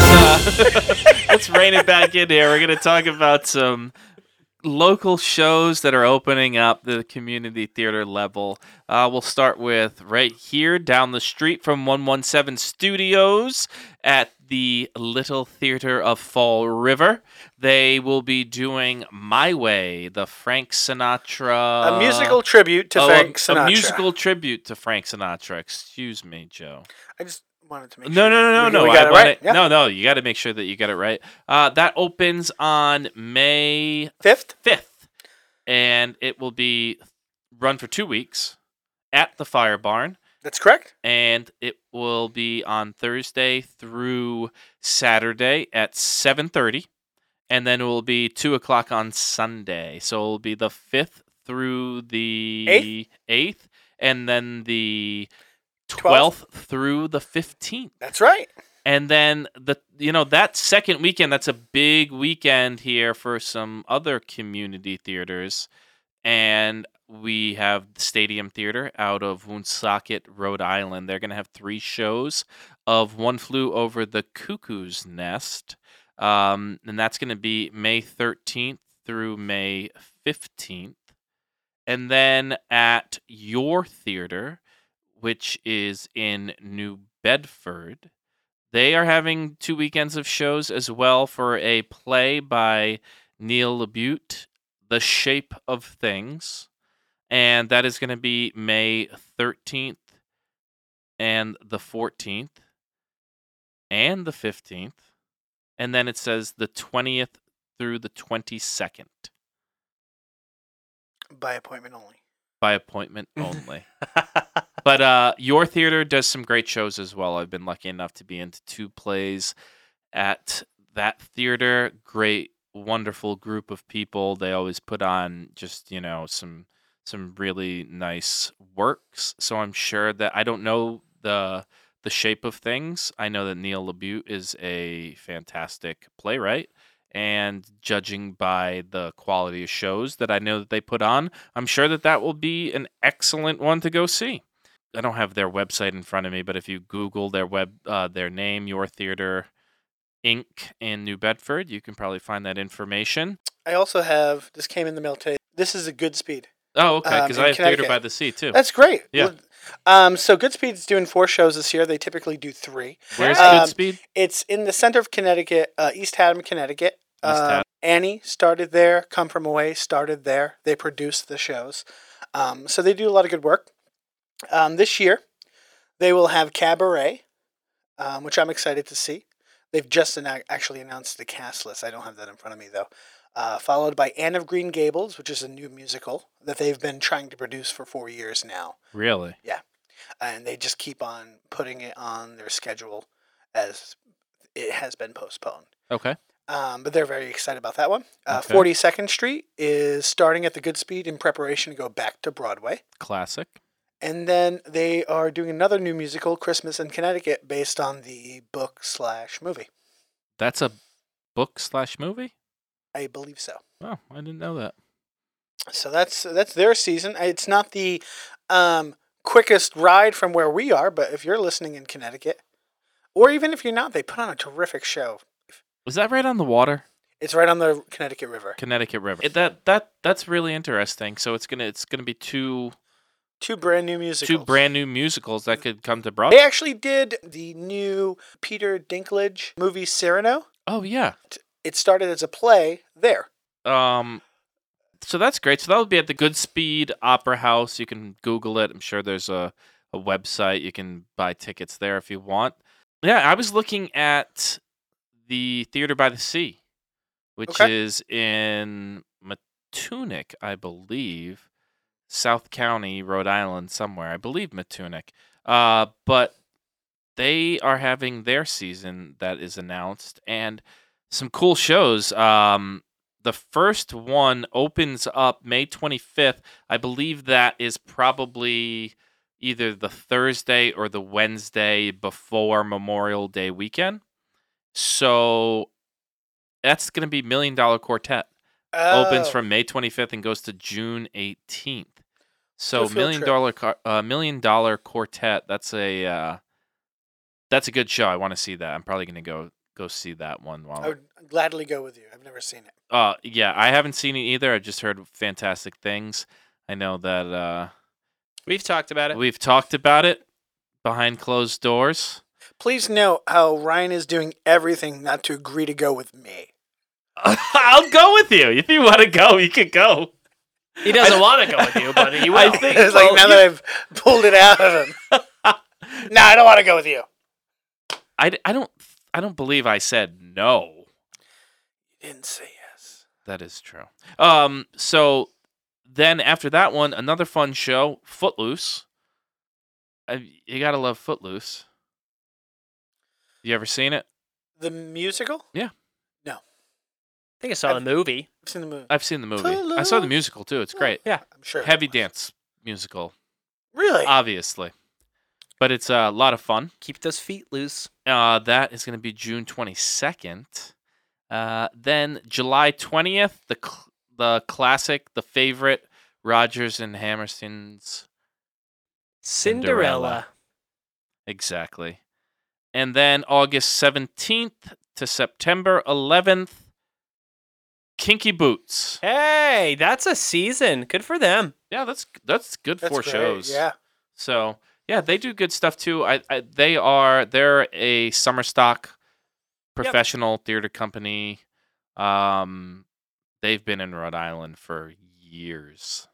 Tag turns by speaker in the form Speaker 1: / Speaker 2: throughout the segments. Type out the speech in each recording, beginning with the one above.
Speaker 1: uh, let's rein it back in here. We're going to talk about some local shows that are opening up the community theater level. Uh, we'll start with right here down the street from 117 Studios at the Little Theater of Fall River. They will be doing My Way, the Frank Sinatra.
Speaker 2: a musical tribute to
Speaker 1: Uh, Oh, a-
Speaker 2: Frank Sinatra.
Speaker 1: a musical tribute to Frank Sinatra. Excuse me, Joe.
Speaker 2: I just wanted to make
Speaker 1: No,
Speaker 2: sure
Speaker 1: no, no,
Speaker 2: we-
Speaker 1: no, no.
Speaker 2: we
Speaker 1: I
Speaker 2: got it
Speaker 1: want
Speaker 2: right.
Speaker 1: it- No, no. You got to make sure that you got it right. Uh, that opens on May
Speaker 2: Fifth.
Speaker 1: fifth, and it will be run for two weeks at the Fire Barn,
Speaker 2: That's correct.
Speaker 1: and it will be on Thursday through Saturday at seven thirty, and then it will be two o'clock on Sunday. So it'll be the fifth through the
Speaker 2: Eighth?
Speaker 1: eighth, and then the
Speaker 2: Twelfth.
Speaker 1: twelfth through the fifteenth.
Speaker 2: That's right.
Speaker 1: And then the you know that second weekend that's a big weekend here for some other community theaters and we have Stadium Theater out of Woonsocket, Rhode Island. They're going to have three shows of One Flew Over the Cuckoo's Nest. Um, and that's going to be May 13th through May 15th. And then at Your Theater, which is in New Bedford, they are having two weekends of shows as well for a play by Neil Labute, The Shape of Things. And that is going to be May 13th and the 14th and the 15th. And then it says the 20th through the 22nd
Speaker 2: By appointment only.
Speaker 1: by appointment only. but uh, your theater does some great shows as well. I've been lucky enough to be into two plays at that theater. Great, wonderful group of people. They always put on just you know some some really nice works. So I'm sure that I don't know the the shape of things. I know that Neil Labute is a fantastic playwright. And judging by the quality of shows that I know that they put on, I'm sure that that will be an excellent one to go see. I don't have their website in front of me, but if you Google their web, uh, their name, Your Theater Inc. in New Bedford, you can probably find that information.
Speaker 2: I also have this came in the mail today. This is a good speed.
Speaker 1: Oh, okay,
Speaker 2: Um,
Speaker 1: because
Speaker 2: in
Speaker 1: I have Theater
Speaker 2: Connecticut.
Speaker 1: by the Sea too.
Speaker 2: That's great.
Speaker 1: Yeah.
Speaker 2: Um, so Goodspeed's doing four shows this year. They typically do three.
Speaker 1: Where's
Speaker 2: Um,
Speaker 1: Goodspeed?
Speaker 2: It's in the center of Connecticut, uh, East Haddam, Connecticut.
Speaker 1: East
Speaker 2: Um,
Speaker 1: Haddam.
Speaker 2: Annie started there. Come From Away started there. They produce the shows. Um, so they do a lot of good work. Um, this year, they will have Cabaret, um, which I'm excited to see. They've just ana- actually announced the cast list. I don't have that in front of me, though. Uh, followed by Anne of Green Gables, which is a new musical that they've been trying to produce for four years now
Speaker 1: Really?
Speaker 2: and they just keep on putting it on their schedule as it has been postponed.
Speaker 1: Okay.
Speaker 2: Um, but they're very excited about that one. Uh,
Speaker 1: Okay.
Speaker 2: 42nd Street is starting at the Goodspeed in preparation to go back to Broadway.
Speaker 1: Classic.
Speaker 2: And then they are doing another new musical, Christmas in Connecticut, based on the book slash movie.
Speaker 1: That's a book slash movie.
Speaker 2: I believe so.
Speaker 1: Oh, I didn't know that.
Speaker 2: So that's that's their season. I- It's not the um, quickest ride from where we are, but if you're listening in Connecticut, or even if you're not, they put on a terrific show.
Speaker 1: Was that right on the water?
Speaker 2: It's right on the Connecticut River.
Speaker 1: Connecticut River. It, that that that's really interesting. So it's gonna it's gonna be two
Speaker 2: Two brand new musicals.
Speaker 1: two brand new musicals that could come to Broadway.
Speaker 2: They actually did the new Peter Dinklage movie Cyrano.
Speaker 1: Oh yeah.
Speaker 2: It started as a play there.
Speaker 1: Um, so that's great. So that would be at the Goodspeed Opera House. You can Google it. I'm sure there's a, a website. You can buy tickets there if you want. Yeah, I was looking at the Theater by the Sea, which
Speaker 2: Okay.
Speaker 1: is in Matunic, I believe, South County, Rhode Island, somewhere. I believe Matunic. Uh, but they are having their season that is announced and some cool shows. Um, the first one opens up May 25th. I believe that is probably either the Thursday or the Wednesday before Memorial Day weekend. So that's going to be Million Dollar Quartet. Opens
Speaker 2: Oh,
Speaker 1: from May 25th and goes to June 18th. So
Speaker 2: Good field
Speaker 1: Million
Speaker 2: trip.
Speaker 1: Dollar Car- uh, Million Dollar Quartet. That's a uh, that's a good show. I want to see that. I'm probably going to go go see that one. While
Speaker 2: I would gladly go with you. I've never seen it.
Speaker 1: Uh, yeah, I haven't seen it either. I just heard fantastic things. I know that uh,
Speaker 3: We've talked about it.
Speaker 1: we've talked about it behind closed doors.
Speaker 2: Please note how Ryan is doing everything not to agree to go with me.
Speaker 1: I'll go with you. If you want to go, you can go.
Speaker 3: He doesn't want to go with you, but he
Speaker 1: I
Speaker 3: will.
Speaker 1: think
Speaker 2: It's
Speaker 1: well,
Speaker 2: like now that I've pulled it out of him. no, I don't want to go with you.
Speaker 1: I, I don't I don't believe I said no.
Speaker 2: Didn't say yes.
Speaker 1: That is true. Um, so then after that one, another fun show, Footloose. I, you gotta love Footloose. You ever seen it?
Speaker 2: The musical?
Speaker 3: I think I saw the movie.
Speaker 2: I've seen the
Speaker 3: Uh,
Speaker 2: movie.
Speaker 1: I've seen the movie. I saw the
Speaker 2: Footloose.
Speaker 1: musical too. It's great.
Speaker 2: I'm sure.
Speaker 1: Heavy dance musical,
Speaker 2: Really?
Speaker 3: Uh,
Speaker 1: obviously, but it's a lot of fun.
Speaker 3: Keep those feet loose.
Speaker 1: Uh, that is going to be June 22nd. Uh, then July 20th, the cl- the classic, the favorite, Rogers and Hammerstein's Cinderella.
Speaker 3: Cinderella.
Speaker 1: exactly, and then August 17th to September 11th, Kinky Boots.
Speaker 3: Hey, that's a season. Good for them.
Speaker 1: Yeah, that's that's good
Speaker 2: That's
Speaker 1: four
Speaker 2: great.
Speaker 1: shows.
Speaker 2: Yeah.
Speaker 1: So yeah, they do good stuff too. I, I they are they're a summer stock professional theater company. Um, they've been in Rhode Island for years,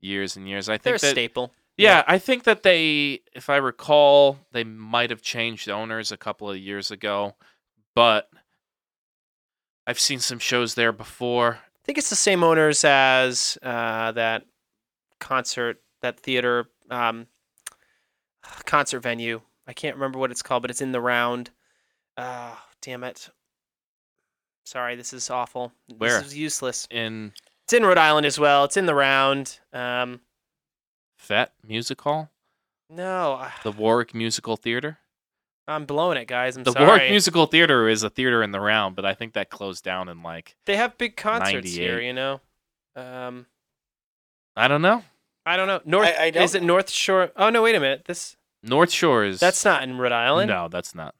Speaker 1: years and years. I
Speaker 3: They're a
Speaker 1: think that
Speaker 3: staple.
Speaker 1: yeah, I think that they, if I recall, they might have changed owners a couple of years ago, but I've seen some shows there before.
Speaker 3: I think it's the same owners as uh, that concert, that theater um, concert venue. I can't remember what it's called, but it's in the round. Oh, damn it. Sorry, this is awful.
Speaker 1: Where?
Speaker 3: This is useless.
Speaker 1: In
Speaker 3: It's in Rhode Island as well. It's in the round. Um,
Speaker 1: Vet Music Hall,
Speaker 3: no, I-
Speaker 1: the Warwick Musical Theater.
Speaker 3: I'm blowing it, guys. I'm
Speaker 1: the
Speaker 3: sorry.
Speaker 1: Warwick Musical Theater is a theater in the round, but I think that closed down in like
Speaker 3: they have big concerts here,
Speaker 1: 98.
Speaker 3: you know. Um,
Speaker 1: I don't know.
Speaker 3: I don't know. North
Speaker 2: I don't
Speaker 3: is it North Shore? Oh no, wait a minute. This
Speaker 1: North Shore is
Speaker 3: that's not in Rhode Island.
Speaker 1: no, that's not.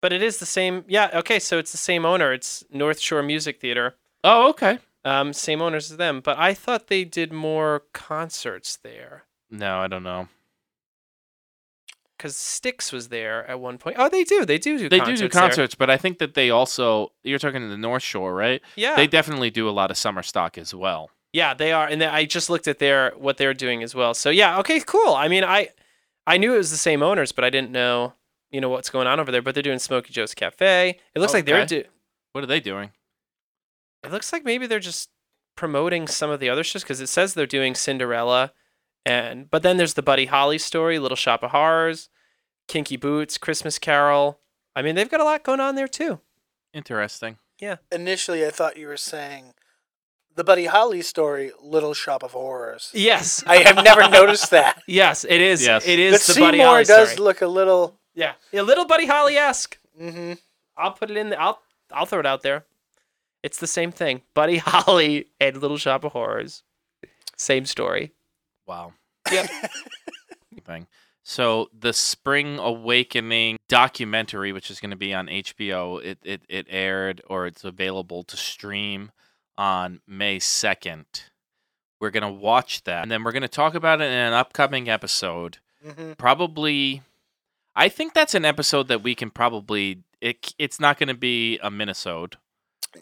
Speaker 3: But it is the same. Yeah. Okay. So it's the same owner. It's North Shore Music Theater.
Speaker 1: Oh, okay.
Speaker 3: Um, same owners as them. But I thought they did more concerts there
Speaker 1: No, I don't know.
Speaker 3: because Styx was there at one point. Oh, they do. They do do.
Speaker 1: They do
Speaker 3: concerts
Speaker 1: do
Speaker 3: there.
Speaker 1: concerts, but I think that they also you're talking to the North Shore, right?
Speaker 3: Yeah.
Speaker 1: They definitely do a lot of summer stock as well.
Speaker 3: Yeah, they are, and they, I just looked at their what they're doing as well. So yeah, okay, cool. I mean, I I knew it was the same owners, but I didn't know you know what's going on over there. But they're doing Smokey Joe's Cafe. It looks like they're
Speaker 1: Okay.
Speaker 3: do.
Speaker 1: What are they doing?
Speaker 3: It looks like maybe they're just promoting some of the other shows because it says they're doing Cinderella, and but then there's the Buddy Holly story, Little Shop of Horrors, Kinky Boots, Christmas Carol. I mean, they've got a lot going on there too.
Speaker 1: Interesting.
Speaker 2: Initially, I thought you were saying the Buddy Holly story, Little Shop of Horrors.
Speaker 3: Yes,
Speaker 2: I have never noticed that.
Speaker 3: yes, it is.
Speaker 1: Yes.
Speaker 3: It is
Speaker 2: but
Speaker 3: the Buddy
Speaker 2: Seymour
Speaker 3: Holly
Speaker 2: does
Speaker 3: story.
Speaker 2: look a little.
Speaker 3: yeah, a little Buddy Holly esque.
Speaker 2: Mm-hmm.
Speaker 3: I'll put it in. The, I'll I'll throw it out there. It's the same thing. Buddy Holly and Little Shop of Horrors. Same story.
Speaker 1: Wow.
Speaker 3: Yep.
Speaker 1: Thing. So the Spring Awakening documentary, which is going to be on HBO, it, it it aired or it's available to stream on May second. We're gonna watch that, and then we're gonna talk about it in an upcoming episode.
Speaker 2: Mm-hmm.
Speaker 1: Probably, I think that's an episode that we can probably. It c- it's not gonna be a minisode.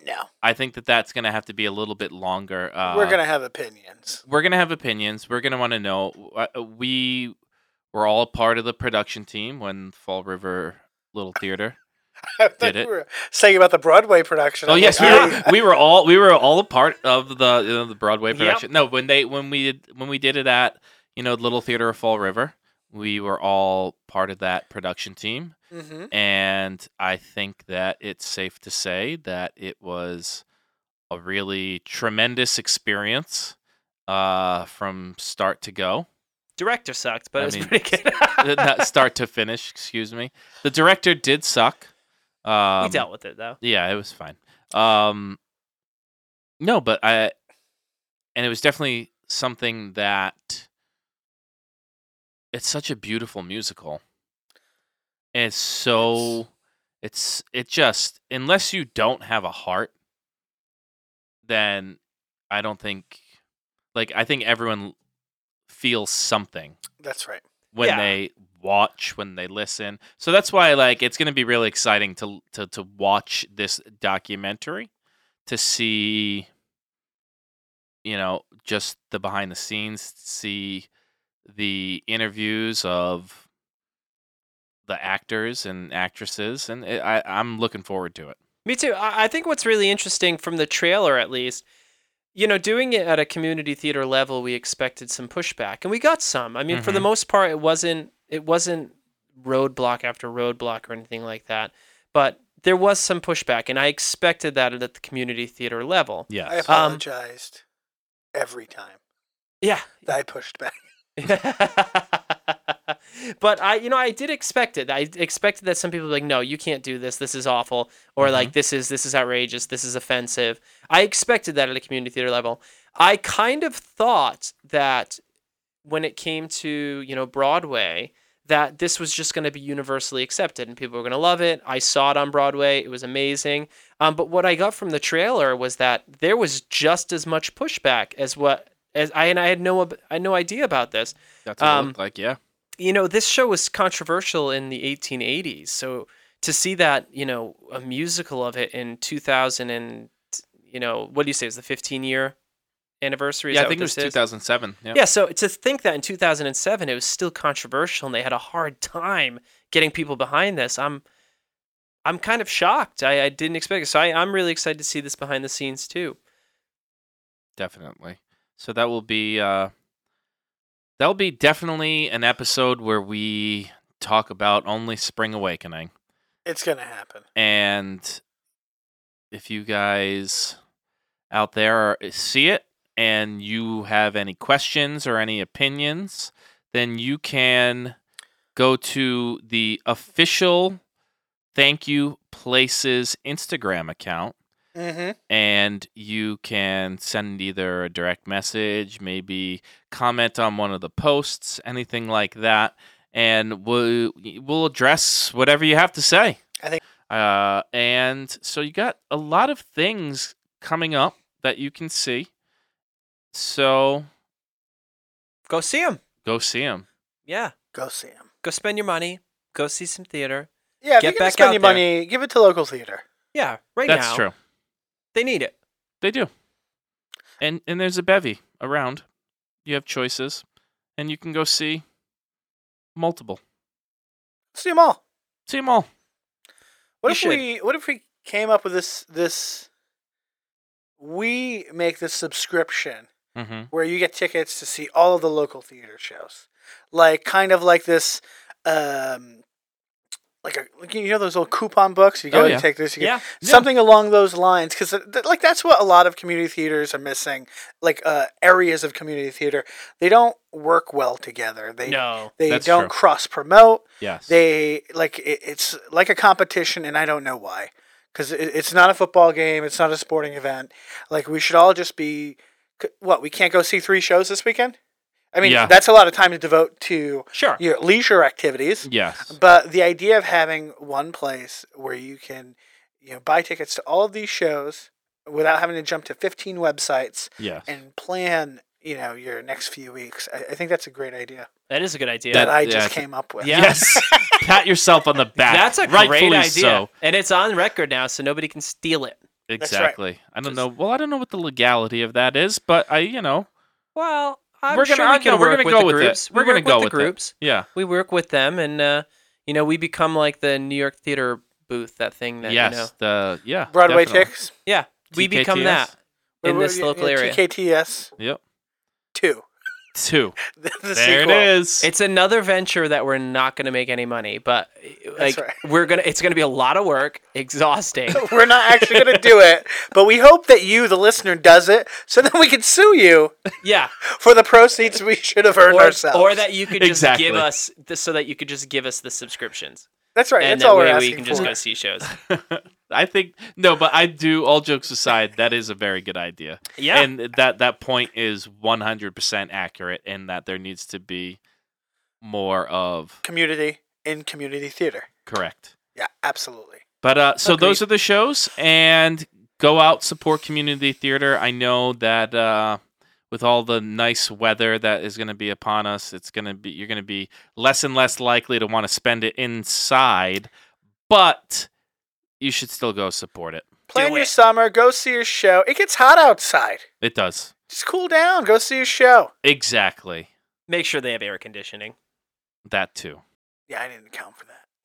Speaker 2: No,
Speaker 1: I think that that's gonna have to be a little bit longer. Uh,
Speaker 2: we're gonna have opinions.
Speaker 1: we're gonna have opinions. We're gonna want to know. Uh, We were all part of the production team when Fall River Little Theater.
Speaker 2: I thought
Speaker 1: Did
Speaker 2: you
Speaker 1: it.
Speaker 2: were saying about the Broadway production.
Speaker 1: Oh
Speaker 2: I'm
Speaker 1: yes, we
Speaker 2: like,
Speaker 1: were,
Speaker 2: I-
Speaker 1: we were all we were all a part of the you know, the Broadway
Speaker 3: Yep.
Speaker 1: production. No, when they when we did when we did it at you know Little Theater of Fall River, we were all part of that production team,
Speaker 2: Mhm.
Speaker 1: and I think that it's safe to say that it was a really tremendous experience uh, from start to go.
Speaker 3: Director sucked, but
Speaker 1: I
Speaker 3: it was
Speaker 1: mean,
Speaker 3: pretty good.
Speaker 1: Not start to finish. Excuse me. The director did suck. Um,
Speaker 3: we dealt with it though.
Speaker 1: Yeah, it was fine. Um, no, but I, and it was definitely something that. It's such a beautiful musical. And it's so, It's it just unless you don't have a heart, then I don't think like I think everyone feels something
Speaker 2: That's right.
Speaker 1: when
Speaker 3: Yeah.
Speaker 1: they watch when they listen so that's why like it's going to be really exciting to, to to watch this documentary to see you know just the behind the scenes see the interviews of the actors and actresses and it, i i'm looking forward to it
Speaker 3: Me too. I, I think what's really interesting from the trailer, at least, you know, doing it at a community theater level, we expected some pushback, and we got some. I mean, for the
Speaker 1: Mhm.
Speaker 3: most part, it wasn't it wasn't roadblock after roadblock or anything like that, but there was some pushback, and I expected that at the community theater level.
Speaker 1: yes
Speaker 2: I
Speaker 3: Um,
Speaker 2: apologized every time
Speaker 3: Yeah.
Speaker 2: that I pushed back.
Speaker 3: but I, you know, I did expect it. I expected that some people were like, "No, you can't do this. This is awful," or like, "This is this is outrageous. This is offensive." I expected that at a community theater level. I kind of thought that when it came to you know Broadway, that this was just going to be universally accepted and people were going to love it. I saw it on Broadway. It was amazing. Um, but what I got from the trailer was that there was just as much pushback as what as I and I had no ab- I had no idea about this
Speaker 1: that's what
Speaker 3: um,
Speaker 1: it looked like yeah
Speaker 3: you know, this show was controversial in the 1880s. So to see that, you know, a musical of it in 2000 and, you know, what do you say? Is the 15 year anniversary? Is
Speaker 1: yeah i
Speaker 3: that
Speaker 1: think it
Speaker 3: what
Speaker 1: was
Speaker 3: this is?
Speaker 1: 2007 yeah,
Speaker 3: Yeah, so to think that in 2007 it was still controversial and they had a hard time getting people behind this, I'm I'm kind of shocked. I, I didn't expect it. So I, I'm really excited to see this behind the scenes too.
Speaker 1: definitely so that will be uh that'll be definitely an episode where we talk about only spring awakening
Speaker 2: It's gonna happen.
Speaker 1: and if you guys out there are- see it and you have any questions or any opinions then you can go to the official thank you places instagram account
Speaker 2: Mm-hmm.
Speaker 1: and you can send either a direct message, maybe comment on one of the posts, anything like that, and we'll we'll address whatever you have to say.
Speaker 2: I think-
Speaker 1: Uh, and so you got a lot of things coming up that you can see. So
Speaker 3: Go see them.
Speaker 1: go see them.
Speaker 3: Yeah.
Speaker 2: Go see him.
Speaker 3: Go spend your money. Go see some theater.
Speaker 2: Yeah, if
Speaker 3: Get
Speaker 2: you're gonna
Speaker 3: back out
Speaker 2: spend your
Speaker 3: there.
Speaker 2: money, give it to local theater.
Speaker 3: Yeah, right
Speaker 1: That's
Speaker 3: now.
Speaker 1: true.
Speaker 3: They need it.
Speaker 1: They do. And and there's a bevy around. You have choices, and you can go see multiple.
Speaker 2: See them all.
Speaker 1: See them all.
Speaker 2: What
Speaker 3: You
Speaker 2: if
Speaker 3: should.
Speaker 2: we what if we came up with this this we make this subscription
Speaker 1: Mm-hmm.
Speaker 2: where you get tickets to see all of the local theater shows. Like kind of like this um like a like, you know those old coupon books you go
Speaker 1: Oh,
Speaker 2: and
Speaker 1: yeah.
Speaker 2: take this you get
Speaker 3: Yeah.
Speaker 2: something along those lines because th- like that's what a lot of community theaters are missing like uh, areas of community theater they don't work well together they
Speaker 3: No.
Speaker 2: they
Speaker 1: That's
Speaker 2: don't
Speaker 1: true.
Speaker 2: cross promote
Speaker 1: Yes.
Speaker 2: they like it, it's like a competition and i don't know why because it, it's not a football game it's not a sporting event like we should all just be c- what we can't go see three shows this weekend i mean
Speaker 1: Yeah.
Speaker 2: that's a lot of time to devote to
Speaker 3: Sure.
Speaker 2: your leisure activities
Speaker 1: Yes.
Speaker 2: but the idea of having one place where you can, you know, buy tickets to all of these shows without having to jump to 15 websites
Speaker 1: Yes.
Speaker 2: and plan, you know, your next few weeks. I, I think that's a great idea
Speaker 3: That is a good idea.
Speaker 2: that,
Speaker 1: That-
Speaker 2: I
Speaker 1: yeah,
Speaker 2: just
Speaker 1: it's-
Speaker 2: came up with.
Speaker 3: Yeah.
Speaker 1: Yes. Pat yourself on the back.
Speaker 3: That's a
Speaker 1: Rightfully
Speaker 3: great idea.
Speaker 1: So.
Speaker 3: And it's on record now, so nobody can steal it.
Speaker 2: That's right.
Speaker 1: Exactly. I don't know. Well, I don't know what the legality of that is, but I, you know,
Speaker 3: Well, I'm
Speaker 1: We're
Speaker 3: sure
Speaker 1: gonna-
Speaker 3: we
Speaker 1: I'm
Speaker 3: can
Speaker 1: gonna- we're
Speaker 3: work
Speaker 1: gonna
Speaker 3: with
Speaker 1: go
Speaker 3: the
Speaker 1: with it.
Speaker 3: groups.
Speaker 1: We're
Speaker 3: We work
Speaker 1: gonna go
Speaker 3: with
Speaker 1: with
Speaker 3: the
Speaker 1: it.
Speaker 3: groups.
Speaker 1: yeah.
Speaker 3: We work with them, and uh, you know, we become like the New York theater booth, that thing that
Speaker 1: yes.
Speaker 3: you know.
Speaker 1: The yeah.
Speaker 2: Broadway
Speaker 1: definitely.
Speaker 2: ticks.
Speaker 3: Yeah, we become
Speaker 1: TKTS?
Speaker 3: that in
Speaker 2: Or- or-
Speaker 3: this
Speaker 2: yeah,
Speaker 3: local
Speaker 2: yeah,
Speaker 3: area.
Speaker 2: TKTS
Speaker 1: Yep.
Speaker 2: 2.
Speaker 1: Two.
Speaker 2: the the
Speaker 1: there
Speaker 2: sequel.
Speaker 1: it is.
Speaker 3: It's another venture that we're not going to make any money, but like
Speaker 2: right.
Speaker 3: we're gonna, it's going to be a lot of work, exhausting.
Speaker 2: We're not actually going to do it, but we hope that you, the listener, does it so then we can sue you
Speaker 3: yeah,
Speaker 2: for the proceeds we should have earned
Speaker 3: or,
Speaker 2: ourselves.
Speaker 3: or that you could just
Speaker 1: Exactly.
Speaker 3: give us, this, so that you could just give us the subscriptions,
Speaker 2: That's right.
Speaker 3: and
Speaker 2: that's all
Speaker 3: that
Speaker 2: we're
Speaker 3: way
Speaker 2: asking
Speaker 3: we can just
Speaker 2: for.
Speaker 3: go see shows.
Speaker 1: I think no, but I do. All jokes aside, that is a very good idea.
Speaker 3: Yeah,
Speaker 1: And that that point is 100% accurate, in that there needs to be more of
Speaker 2: community in community theater.
Speaker 1: correct.
Speaker 2: Yeah, absolutely.
Speaker 1: But uh, so those are
Speaker 3: Agreed.
Speaker 1: the shows, and go out support community theater. I know that uh, with all the nice weather that is going to be upon us, it's going to be you're going to be less and less likely to want to spend it inside, but you should still go support it.
Speaker 2: Plan your
Speaker 3: it.
Speaker 2: summer. Go see your show. It gets hot outside.
Speaker 1: It does
Speaker 2: Just cool down. Go see your show.
Speaker 1: exactly
Speaker 3: Make sure they have air conditioning.
Speaker 1: that too.
Speaker 2: Yeah, I didn't count for that.